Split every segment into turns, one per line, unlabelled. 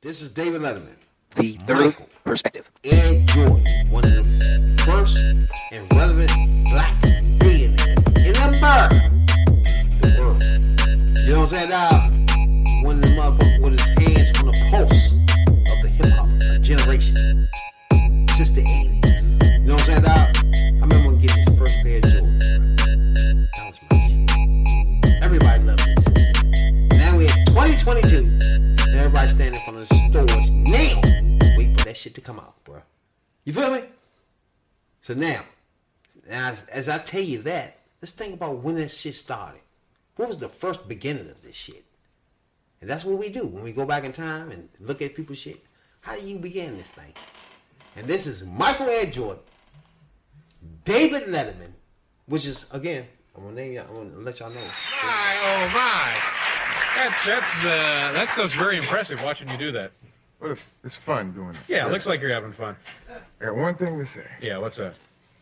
This is David Letterman.
The Third
Michael.
Perspective.
Ed Jordan, one of the first and relevant black billionaires in America. The world. You know what I'm saying? Now, one of the motherfuckers with his hands on the pulse of the hip hop generation since the 80s. You know what I'm saying? Now, I remember getting his first pair of Jordans. bro. That was my shit. Everybody loved this. Now we at 2022, and everybody standing in front of the stores now, waiting for that shit to come out, bro. You feel me? So now, as, as I tell you that, let's think about when this shit started. What was the first beginning of this shit? And that's what we do when we go back in time and look at people's shit. How do you begin this thing? And this is Michael Ed Jordan, David Letterman, which is again, I'm gonna name y'all, I'm gonna let y'all know.
My, oh my. That, that's uh, that stuff's very impressive watching you do that.
Well, it's, it's fun doing it.
Yeah, it looks like you're having fun.
I got one thing to say.
Yeah, what's that?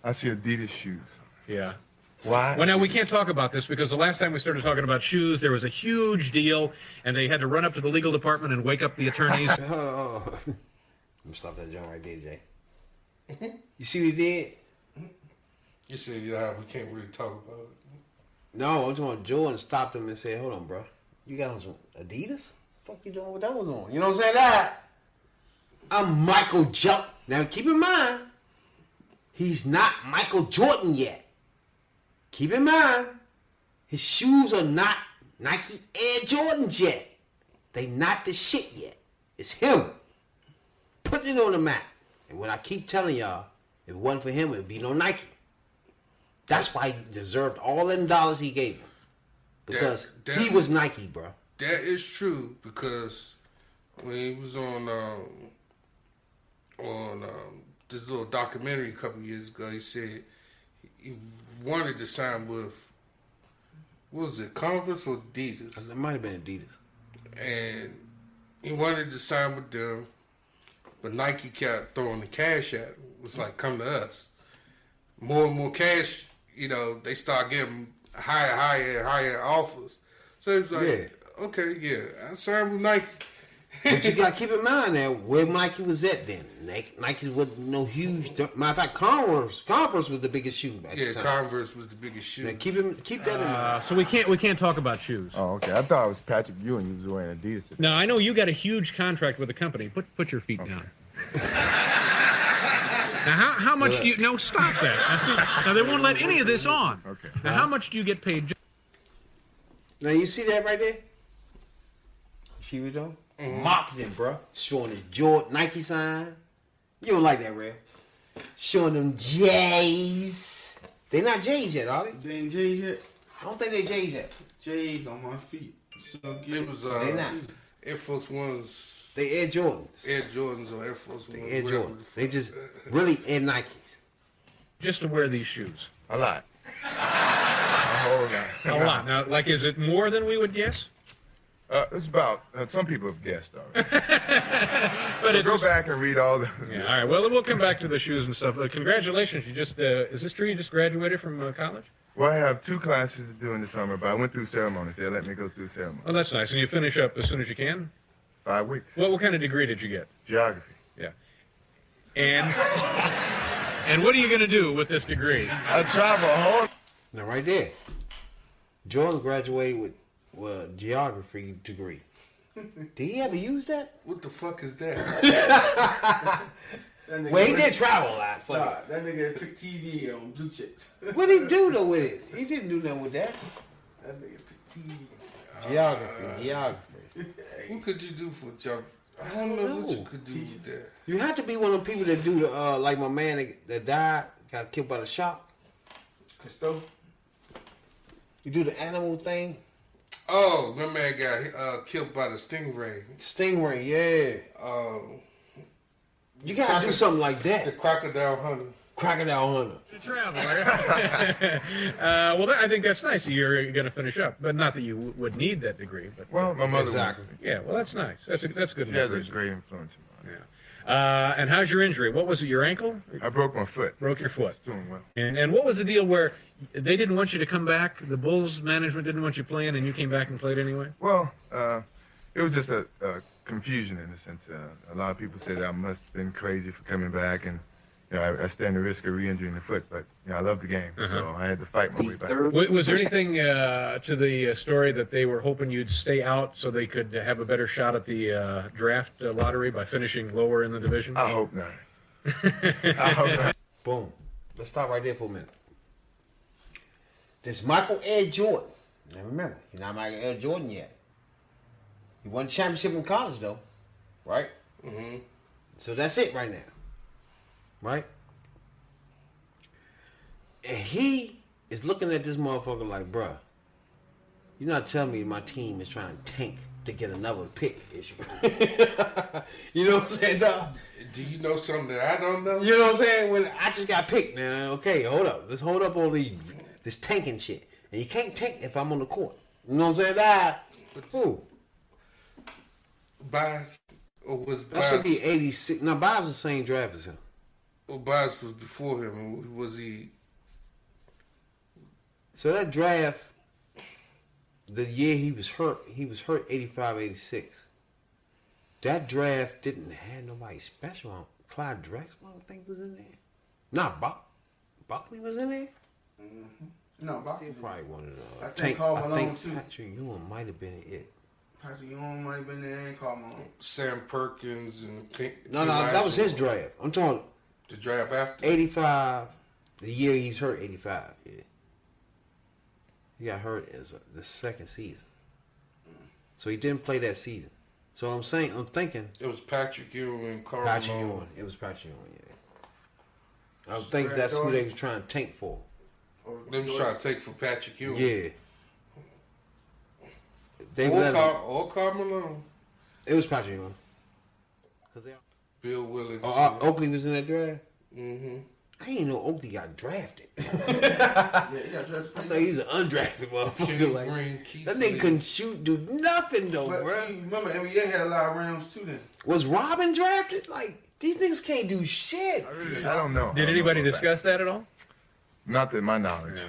I see Adidas shoes.
Yeah.
Why?
Well, now we can't talk about this because the last time we started talking about shoes, there was a huge deal, and they had to run up to the legal department and wake up the attorneys.
Oh, oh, oh. I'm gonna stop that joint right there, Jay. You see what he did?
You said yeah, we can't really talk about it.
No, I'm talking about Jordan stopped him and said, Hold on, bro. You got on some Adidas? Fuck you doing with those on? You know what I'm saying? That I'm Michael Jordan. Now keep in mind, he's not Michael Jordan yet. Keep in mind, his shoes are not Nike Air Jordans yet. They not the shit yet. It's him. Putting it on the map. And what I keep telling y'all, if it wasn't for him, it'd be no Nike. That's why he deserved all them dollars he gave him. Because
That-
he
that-
was Nike, bro.
That is true because when he was on um, on um, this little documentary a couple years ago, he said he wanted to sign with what was it Converse or Adidas,
It might have been Adidas.
and he wanted to sign with them, but Nike kept throwing the cash at him. It was like, come to us. More and more cash, you know, they start getting higher, higher, and higher offers. So it was like,
Yeah.
okay, yeah, I signed with Nike.
But you gotta keep in mind that where Nike was at then. Nike, Nike was no huge. Matter of fact, Converse, Converse was the biggest shoe at
Yeah,
the time.
Converse was the biggest shoe.
Now, keep in, keep that in mind.
Uh, so we can't we can't talk about shoes.
Oh, okay. I thought it was Patrick Ewing. He was wearing Adidas. today.
Now I know you got a huge contract with the company. Put put your feet down. now how, how much do you? No, stop that. Now, see, now they won't let any of this on.
Okay.
Now how much do you get paid?
Now you see that right there? You see what though?
Mm-hmm.
Mocked him, bruh. Showing his Jordan Nike sign. You don't like that, real? Showing them J's. They not J's yet, are they?
They ain't J's yet.
I don't think they J's yet.
J's on my feet. So
It
get
was
They
uh,
not.
Air Force Ones,
They Air Jordans.
Air Jordans or Air Force Ones.
They Air
whatever
Jordans.
the
They
fuck.
just really Air Nikes.
Just to wear these shoes.
A lot. A whole lot.
A lot. Now, like, is it more than we would guess?
Uh, it's about, uh, some people have guessed already.
But
so go
just-
back and read all the.
Yeah, all right. Well, we'll come back to the shoes and stuff. Uh, congratulations. You just, uh, is this true? You just graduated from uh, college?
Well, I have two classes to do in the summer, but I went through ceremonies. They let me go through ceremonies.
Oh, that's nice. And you finish up as soon as you can?
Five weeks.
What, what kind of degree did you get?
Geography.
Yeah. And, and what are you going to do with this degree?
I travel a whole.
Now right there. Jordan graduated with well, geography degree. Did he ever use that?
What the fuck is that?
that nigga.
Well, he did travel a lot. fuck
Nah, that nigga took TV on blue chicks.
it. What did he do though with it? He didn't do nothing with that.
That nigga took TV.
Geography, geography.
what could you do for job? I don't know what you
know.
could do with that.
You have to be one of the people that do the uh, like my man that, that died, got killed by the shop.
Custo.
You do the animal thing,
Oh, my man got uh, killed by the stingray.
stingray. Yeah,
Uh,
you gotta do something like
the
that.
crocodile hunter.
Crocodile hunter.
Travel. right? uh, well, that, I think that's nice. You're going to finish up. But not that you w- would need that degree. But,
Well, my mother.
Exactly.
yeah, well, that's nice. That's, a, that's good
She has
enough
a
reason.
great influence on me.
Yeah. Uh, and how's your injury? What was it, your ankle?
I broke my foot.
Broke your foot.
It's doing well.
And, and what was the deal where they didn't want you to come back? The Bulls management didn't want you playing, and you came back and played anyway.
Well, uh, it was just a, a confusion in a sense. Uh, a lot of people say that I must have been crazy for coming back, and you know, I, I stand the risk of re-injuring the foot. But you know, I love the game,
Uh-huh.
so I had to fight my way back.
W- was there anything uh, to the uh, story that they were hoping you'd stay out so they could have a better shot at the uh, draft uh, lottery by finishing lower in the division?
I hope not. I hope not.
Boom. Let's stop right there for a minute. This Michael Ed Jordan. Now remember, he's not Michael Ed Jordan yet. He won a championship in college though, right? Mm-hmm. So that's it right now, right? And he is looking at this motherfucker like, bruh, you're not telling me my team is trying to tank to get another pick issue. you know what I'm saying, dog?
Do you know something that I don't know?
You know what I'm saying? When I just got picked, now okay, hold up. Let's hold up on these this tanking shit. And you can't tank if I'm on the court. You know what I'm saying? That ooh,
By or was
that should be
Bias,
eighty six. Now Bob's the same draft as him.
or Bias was before him? Was he?
So that draft the year he was hurt, he was hurt 85, 86. That draft didn't have nobody special on. Clyde Drexler, I don't think was in there. Nah, Bo- Buckley was in there.
No, Bobby.
They probably wanted to.
I think Carl
I
Malone,
think
too.
Patrick Ewing might have been it.
Patrick Ewing might have been there and Carl Malone.
Sam Perkins and King,
No, no, that was his draft. I'm talking
The draft after.
85, the year he's hurt, 85. Yeah. He got hurt as a, the second season. So he didn't play that season. So I'm saying, I'm thinking
It was Patrick Ewing and Carl
Patrick
Malone.
Ewing. It was Patrick Ewing, yeah. I think that's who
Jordan.
they was trying to tank for.
Or
They was trying to take for Patrick Ewing.
Yeah. They
Or
let him-
Carl, or Carl Malone.
it was Patrick Ewing. 'Cause they-
Bill Willard.
Oh, uh, Oakley was in that draft?
hmm
I didn't know Oakley got drafted.
Yeah, he got
I
dressed pretty
thought
good.
he was an undrafted
Kenny
motherfucker. Like,
Green, Keith
that nigga
Lee.
couldn't shoot, do nothing though,
But
bruh.
you remember, NBA had a lot of rounds too then.
Was Robin drafted? Like these niggas can't do shit.
I, really, I don't know. I don't
Did
know
anybody
about that.
discuss that at all?
Not to my knowledge.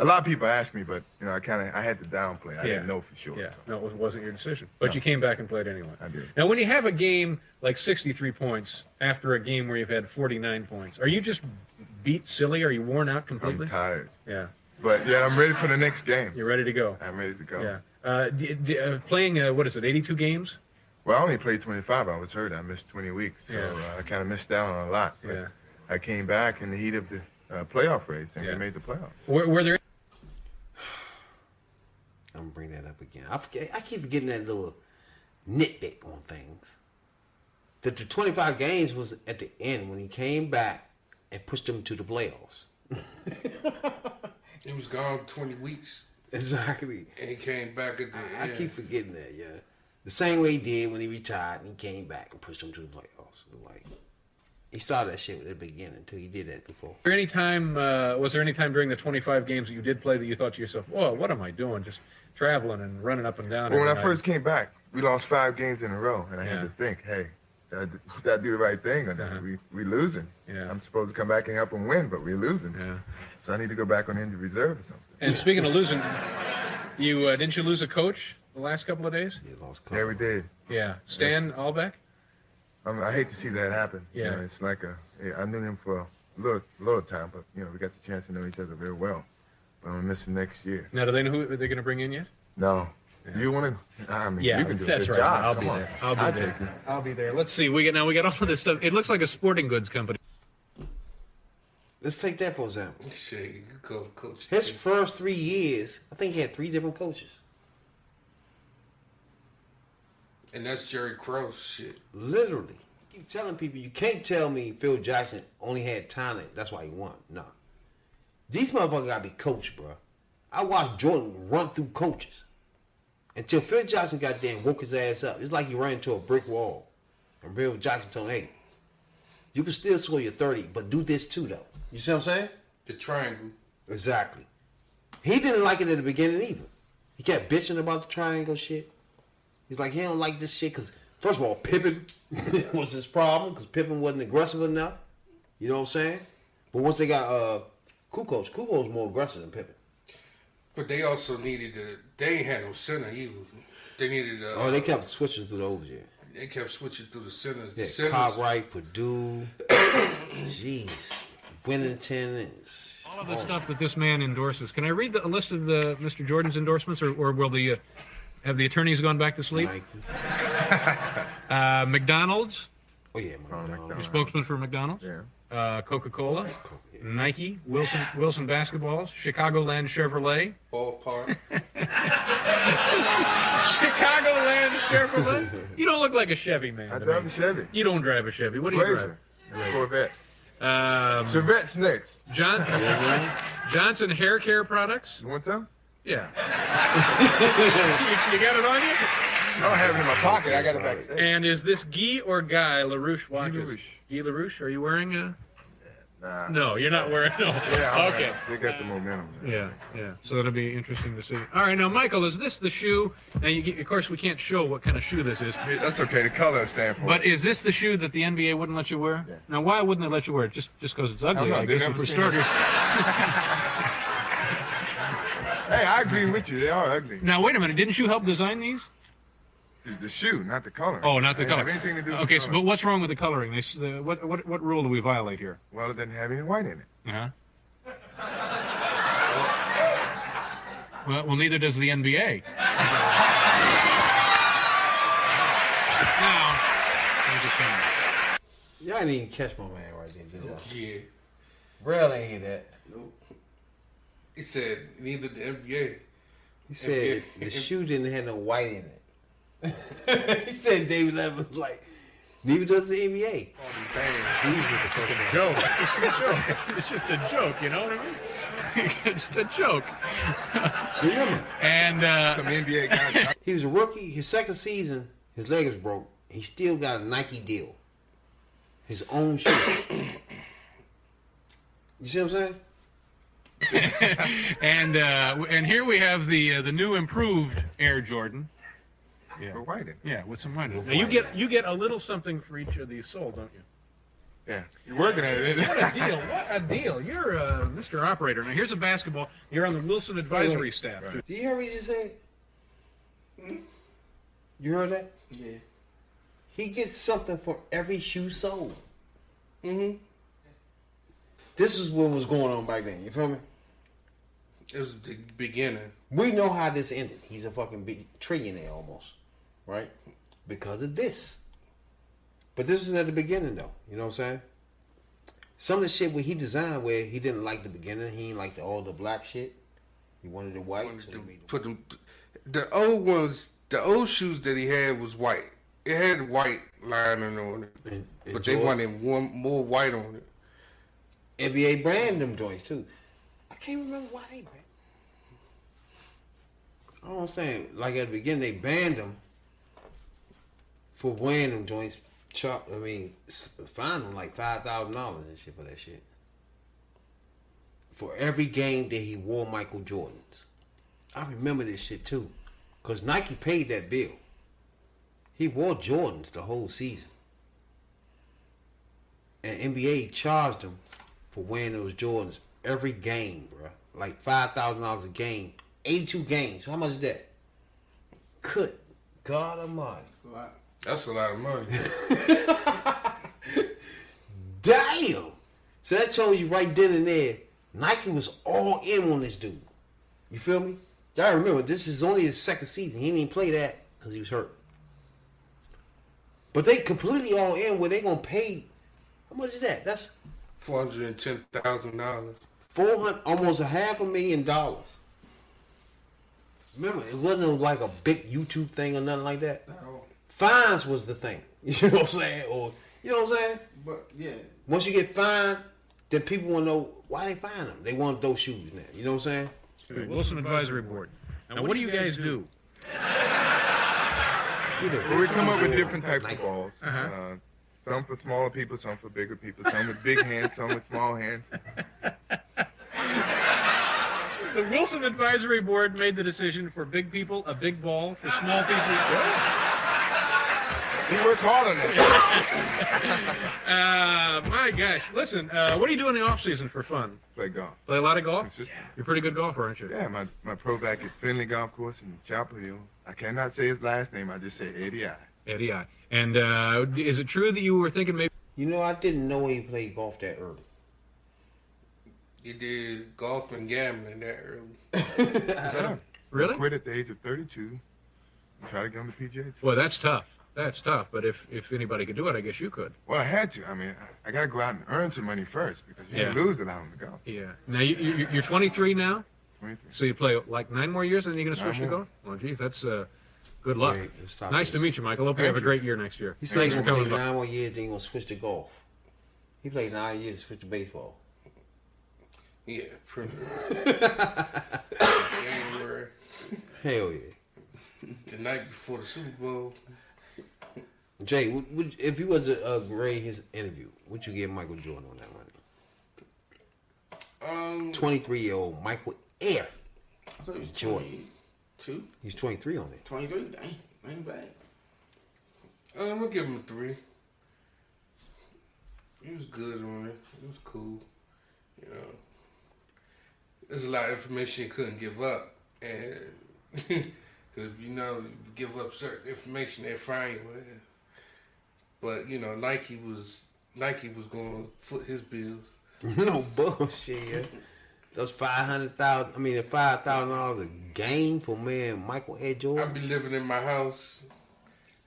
A lot of people ask me, but you know, I kind of I had to downplay. I
Yeah.
didn't know for sure.
Yeah,
so.
no, it wasn't your decision. But you came back and played anyway.
I did.
Now, when you have a game like 63 points after a game where you've had 49 points, are you just beat silly? Are you worn out completely?
I'm tired,
Yeah,
but yeah, I'm ready for the next game.
you're ready to go.
I'm ready to go.
Yeah. Uh, d- d- uh, playing, uh, what is it, 82 games?
Well, I only played 25. I was hurt. I missed 20 weeks, so
Yeah.
uh, I kind of missed out on a lot. But
Yeah.
I came back in the heat of the uh, playoff race, and
Yeah.
we made the playoffs.
Were, were there
I'm gonna bring that up again. I forget. I keep forgetting that little nitpick on things. That the 25 games was at the end when he came back and pushed them to the playoffs.
He was gone 20 weeks
Exactly.
and he came back at the
I- I
end.
keep forgetting that. Yeah. The same way he did when he retired and he came back and pushed them to the playoffs. Like he started that shit at the beginning too. He did that before.
there any time? Uh, was there any time during the 25 games that you did play that you thought to yourself, "Whoa, what am I doing? Just traveling and running up and down."
Well, when
every
I
night?"
first came back, we lost five games in a row, and I
Yeah.
had to think, hey, did I, do- did I do the right thing or not?
Uh-huh.
We we losing.
Yeah.
I'm supposed to come back and help them win, but we're losing.
Yeah.
So I need to go back on injured reserve or something.
And speaking of losing, you uh, didn't you lose a coach the last couple of days?
He lost.
Yeah, we did.
Yeah, Stan Albeck.
I'm, I hate to see that happen. You
Yeah.
know, it's like a, yeah, I knew him for a little, little time, but you know, we got the chance to know each other very well. But I'm gonna miss him next year.
Now, do they know who they're going to bring in yet?
No, you want to? I mean,
Yeah,
you can do
that's
a good
right.
job.
I'll
Come
be
on.
there. I'll be there.
take you.
I'll be there. Let's see. We get now. We got all of this stuff. It looks like a sporting goods company.
Let's take that for example.
Shit, you go coach.
His
T.
first three years, I think he had three different coaches.
and that's Jerry Krause shit.
Literally. Keep telling people you can't tell me Phil Jackson only had talent. That's why he won. Nah. These motherfuckers gotta be coached, bro. I watched Jordan run through coaches. Until Phil Jackson got there and woke his ass up. It's like he ran into a brick wall. And Phil Jackson told him, hey, you can still score your 30, but do this too though. You see what I'm saying?
The triangle.
Exactly. He didn't like it in the beginning either. He kept bitching about the triangle shit. He's like, he don't like this shit because, first of all, Pippen was his problem because Pippen wasn't aggressive enough. You know what I'm saying? But once they got uh, Kukoc, Kukoc more aggressive than Pippen.
But they also needed a. They ain't had no center either. They needed a.
Oh, they kept Oh, switching through those, yeah.
They kept switching through the centers. The
Yeah,
centers
Cartwright, Purdue, jeez, Winnington. is-
All of the stuff that this man endorses. Can I read the, a list of the Mr. Jordan's endorsements, or, or will the uh, have the attorneys gone back to sleep?
Nike.
Uh, McDonald's,
Oh yeah, McDonald's.
Ronald McDonald.
spokesman for McDonald's.
Yeah.
Uh, Coca-Cola, Nike, Wilson Wilson Basketballs, Chicagoland Chevrolet,
ballpark.
Chicagoland Chevrolet. you don't look like a Chevy man.
I
to
drive
me.
a Chevy.
You don't drive a Chevy. What do you
Blazer. Corvette.
drive? Um,
Chevrette's next.
John, Johnson hair care products.
You want some?
Yeah. you, you got it on you?
I don't have it in my pocket. I got it backstage.
And is this Guy or Guy LaRouche watches?
LaRouche.
Guy LaRouche, are you wearing a?
Nah.
No, you're not wearing. No.
Yeah, I'm
okay.
right. They got the momentum.
Yeah, yeah. So that'll be interesting to see. All right, now Michael, is this the shoe? Now, you, of course, we can't show what kind of shoe this is,
Yeah, That's okay. The color stand for
but
it.
is this the shoe that the NBA wouldn't let you wear?
Yeah.
Now, why wouldn't they let you wear it? Just just because it's ugly,
know,
I,
they've
guess.
never
For
seen
starters.
Hey, I agree with you. They are ugly.
now, wait a minute. Didn't you help design these?
It's the shoe, not the color.
Oh, not the
It didn't
color.
Have anything to do with
okay,
the
so
color.
but what's wrong with the coloring? They, s- uh, what what what rule do we violate here?
well, it doesn't have any white in it.
Yeah. Well, well, neither does the NBA. now, there's a change.
Y'all didn't even catch my man right there, did y'all?
yeah.
Really ain't that.
Nope.
He said neither the NBA.
He said
if-
the
if-
shoe didn't have no white in it. he said David Evans was like, neither does the NBA.
All these bands.
These was the first one.
joke. It's just a joke. It's, it's just a joke, you know what I mean? it's just a joke.
Remember,
And uh,
Some NBA guy.
he was a rookie. His second season, his leg is broke. He still got a Nike deal. His own shoe. you see what I'm saying?
and uh, w- and here we have the uh, the new improved Air Jordan.
But white in it.
Yeah, with some money. Now you get you get a little something for each of these sold, don't you?
Yeah. You're working at it.
What a deal! What a deal! You're uh, Mr. Operator. Now here's a basketball. You're on the Wilson advisory staff.
Do you hear what he just said? Mm. You heard that?
Yeah.
He gets something for every shoe sold. Mm-hmm. This is what was going on back then. You feel me?
It was the beginning.
We know how this ended. He's a fucking big trillionaire almost, right? Because of this. But this was at the beginning though. You know what I'm saying? Some of the shit where he designed where he didn't like the beginning. He didn't like the, all the black shit. He wanted the white.
Wanted
so
to
he made the-
put them. The old ones, the old shoes that he had was white. It had white lining on it,
and- and
but they
Jordan-
wanted one more white on it.
NBA brand them joints too. I can't remember why they banned. I don't saying like at the beginning they banned them for wearing them joints. Chop, I mean, s- fine them like five thousand dollars and shit for that shit. For every game that he wore Michael Jordans, I remember this shit too, cause Nike paid that bill. He wore Jordans the whole season and NBA charged him for wearing those Jordans every game, bruh. Like five thousand dollars a game, eighty-two games. How much is that? Good God Almighty!
A lot.
That's a lot of money.
Damn. So that told you right then and there, Nike was all in on this dude. You feel me? Y'all remember this is only his second season. He didn't even play that because he was hurt. But they completely all in where they gonna pay. How much is that? That's
Four hundred and ten thousand dollars.
four hundred, almost a half a million dollars. Remember, it wasn't like a big YouTube thing or nothing like that.
Now,
Fines was the thing. You know what I'm saying? Or you know what I'm saying?
But yeah,
Once you get fined, then people want to know why they fine them. They want those shoes now. You know what I'm saying?
The Wilson advisory board. Now what do you guys do?
Either
Well,
way.
we come up with different types
Nike.
of balls. uh
Uh-huh.
some for smaller people, some for bigger people, some with big hands, some with small hands.
The Wilson advisory board made the decision for big people, a big ball, for small people.
He worked hard on that.
Uh, my gosh, listen, uh, what do you do in the off season for fun?
Play golf.
Play a lot of golf?
Consistent.
You're a pretty good golfer, aren't you?
Yeah, my, my pro back at Finley Golf Course in Chapel Hill. I cannot say his last name. I just say Eddie I.
Eddie I. And uh, is it true that you were thinking maybe?
You know, I didn't know he played golf that early.
You did golf and gambling that early.
Really?
Quit at the age of 32. and Try to get on the PGA. Tour.
Well, that's tough. That's tough. But if if anybody could do it, I guess you could.
Well, I had to. I mean, I- I got to go out and earn some money first because you
Yeah.
lose it out on the golf.
Yeah. Now you, you you're 23 now,
23.
so you play like nine more years, and then you're gonna
Nine
switch to
more.
golf. Well, gee, that's uh, good luck.
Wait, let's stop
nice
this.
to meet you, Michael. Hope you have a
Thank you.
great year next year.
He says
Thanks for
he
coming
played
by.
nine more years, then he gonna switch to golf. He played nine years to switch to baseball.
Yeah, pretty much. January,
Hell yeah.
the night before the Super Bowl.
Jay, would, would, if you was to uh, grade his interview, would you give Michael Jordan on that one?
Um,
Twenty-three year old Michael Air.
I thought he was
Jordan.
22,
He's twenty-three on it.
23. Dang, ain't bad.
I'm gonna Um, give him a three. He was good on it. He was cool. You know, there's a lot of information you couldn't give up, and because you know, if you give up certain information, they fine you. with it. But you know, Nike was Nike was going to foot his bills.
no bullshit. yeah. Those five hundred thousand. I mean, five thousand dollars a game for man Michael Air
I'd
Jordan.
be living in my house.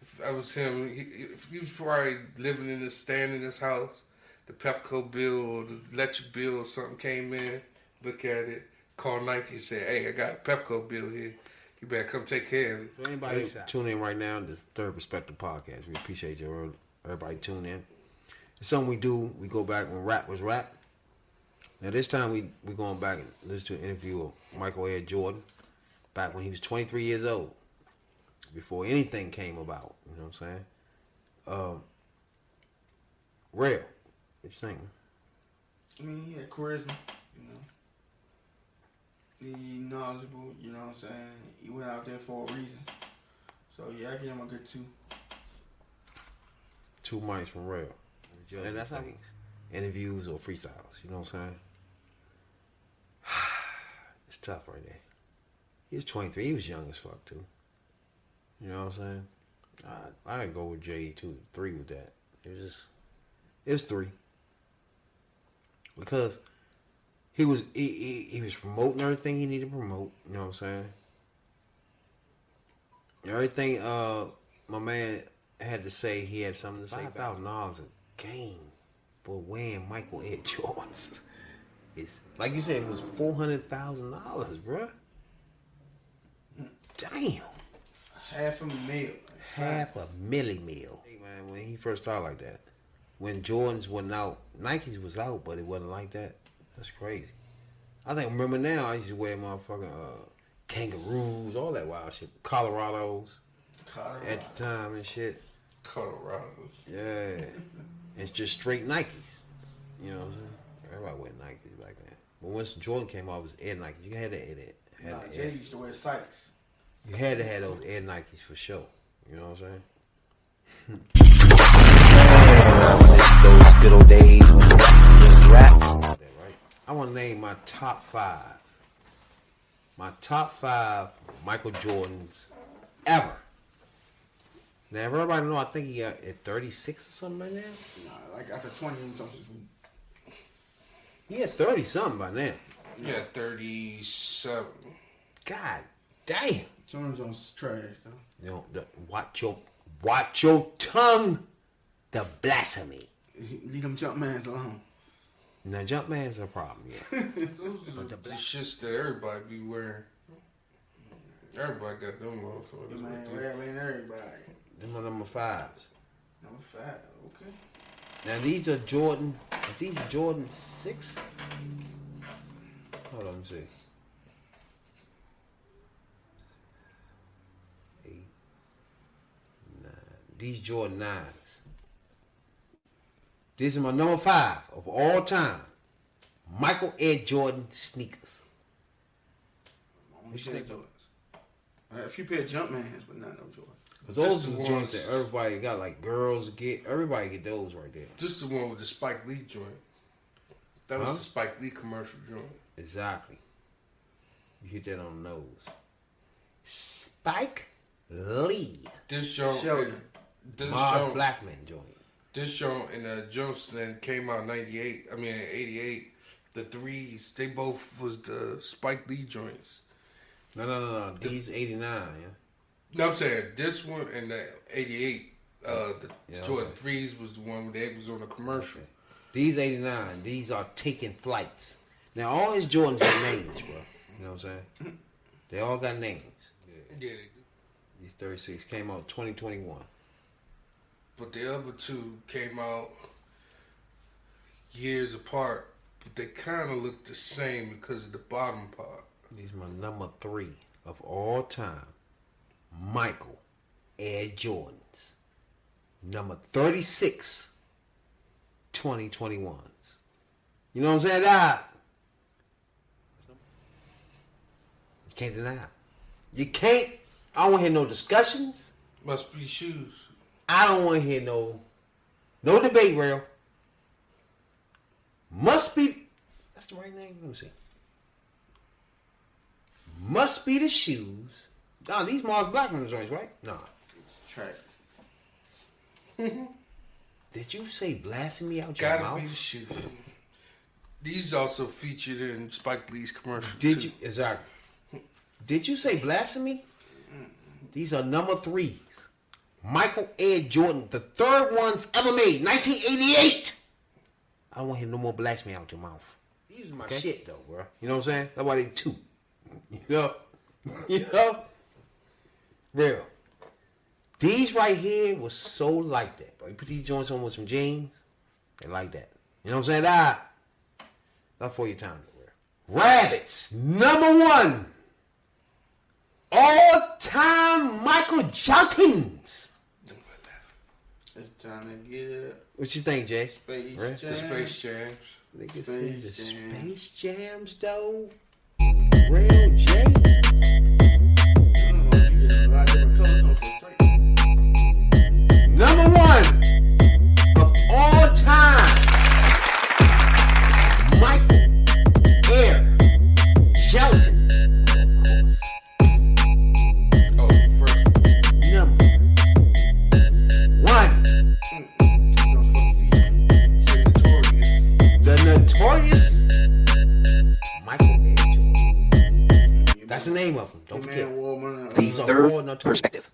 If I was him, he, if he was probably living in this, staying in this house, the Pepco bill or the electric bill or something came in, look at it, call Nike and say, hey, I got a Pepco bill here. You better come take care of it.
For anybody tune in right now, this Third Perspective podcast. We appreciate you. Everybody tune in. It's something we do. We go back when rap was rap. Now this time we we going back and listen to an interview of Michael Air Jordan back when he was 23 years old, before anything came about. You know what I'm saying? Um, real. What you think? man?
I mean, he had charisma, you know. He knowledgeable, you know what I'm saying? He went out there for a reason. So, yeah, I give him a good two.
Two mics from real. And that's how interviews or freestyles. You know what I'm saying? It's tough right there. He was 23. He was young as fuck too. You know what I'm saying? I I go with J two three with that. It was just it was three because he was he, he he was promoting everything he needed to promote. You know what I'm saying? Everything uh my man had to say he had something to say. Five thousand dollars a game for wearing Michael Ed Jordan's. It's like you said, it was four hundred thousand dollars, bruh. Damn,
Half a meal.
half a milli meal. Hey man, when he first started like that, when Jordans wasn't out, Nikes was out, but it wasn't like that. That's crazy. I think remember now I used to wear motherfucking uh, kangaroos, all that wild shit, Colorados
Colorado.
at the time and shit.
Colorado.
Yeah. it's just straight Nikes. You know what I'm saying? Everybody went Nikes back then. But once Jordan came out, it was Air Nikes. You had to had it. Had
Nah,
to
Jay
Air-
used to wear Sykes.
you had to have those Air Nikes for sure. You know what I'm saying?
those good old days when it was rap.
That, right? I want to name my top five. My top five Michael Jordans ever. Now, if everybody know, I think he got at 36 or something like that.
Nah, like after 20, he was just
He had 30 something by now.
Yeah, 37.
God damn.
Jones on trash though.
You know, the, watch your watch your tongue. The blasphemy.
Leave them jump mans alone.
Now, Jumpman's a problem. Yeah,
Those are the shits that everybody be wearing. Everybody got them motherfuckers.
Man,
right there.
rap ain't everybody.
them are number fives.
Number five, okay.
Now these are Jordan. Are these Jordan six? Hold on, let me see. Eight, nine. These Jordan nines. This is my number five of all time. Michael Ed Jordan sneakers.
Only
What you
pair
think, though?
Jordans. Uh, A few pair of jump mans, but not no Jordan.
But those
Just
are
the
the joints
ones-
that everybody got, like girls get. Everybody get those right there.
Just the one with the Spike Lee joint. That was
Huh?
the Spike Lee commercial joint.
Exactly. You hit that on the nose. Spike Lee.
This joint,
Oh.
Sheldon.
This
Mars
show,
Blackman joint.
this show and uh, Johnson came out in '98. I mean '88. The threes, they both was the Spike Lee joints.
No, no, no, no. These 89, yeah.
No, I'm saying this one and the '88. Uh, the
Yeah,
Jordan
okay.
threes was the one where they was on a commercial.
These 89, these are taking flights. Now, all his Jordans are names, bro. You know what I'm saying? They all got names.
Yeah, they
These 36 came out 2021.
But the other two came out years apart, but they kind of look the same because of the bottom part.
These my number three of all time. Michael Air Jordans. Number 36, 2021s. You know what I'm saying? Ah. You can't deny. it. You can't. I don't want to hear no discussions.
Must be shoes.
I don't want to hear no no debate rail. Must be that's the right name. Let me see. Must be the shoes. Nah, these Mars Blackman joints, right? Nah.
Track.
Did you say blasphemy out your
Gotta
mouth?
be the shoes. These also featured in Spike Lee's commercial.
Did
too.
you exactly? Did you say blasphemy? These are number threes. Michael Ed Jordan, the third ones ever made, 1988. I don't want to hear no more blasphemy out your mouth. These are my shit though, bro. You know what I'm saying? That's why they two. You know? you know? Real. These right here was so like that, bro. You put these joints on with some jeans, they like that. You know what I'm saying? Ah, not for your time. bro. Rabbits, number one. All time Michael Jenkins.
It's time to get it.
What you think, Jay?
Space
Right.
Jam.
The Space Jams.
Niggas say
Space
the
Jam.
Space Jams, though. Real Jay.
I don't know if you get a lot of different colors on for straight.
Number one of all time. Michael Air Shelton.
Oh, the first one.
Number one.
Don't fuck with these.
They're Notorious.
The notorious Michael Ed Jordan. That's the name of him. Don't
Your man
forget.
wore one of
The
These are all
third
notorious.
perspective.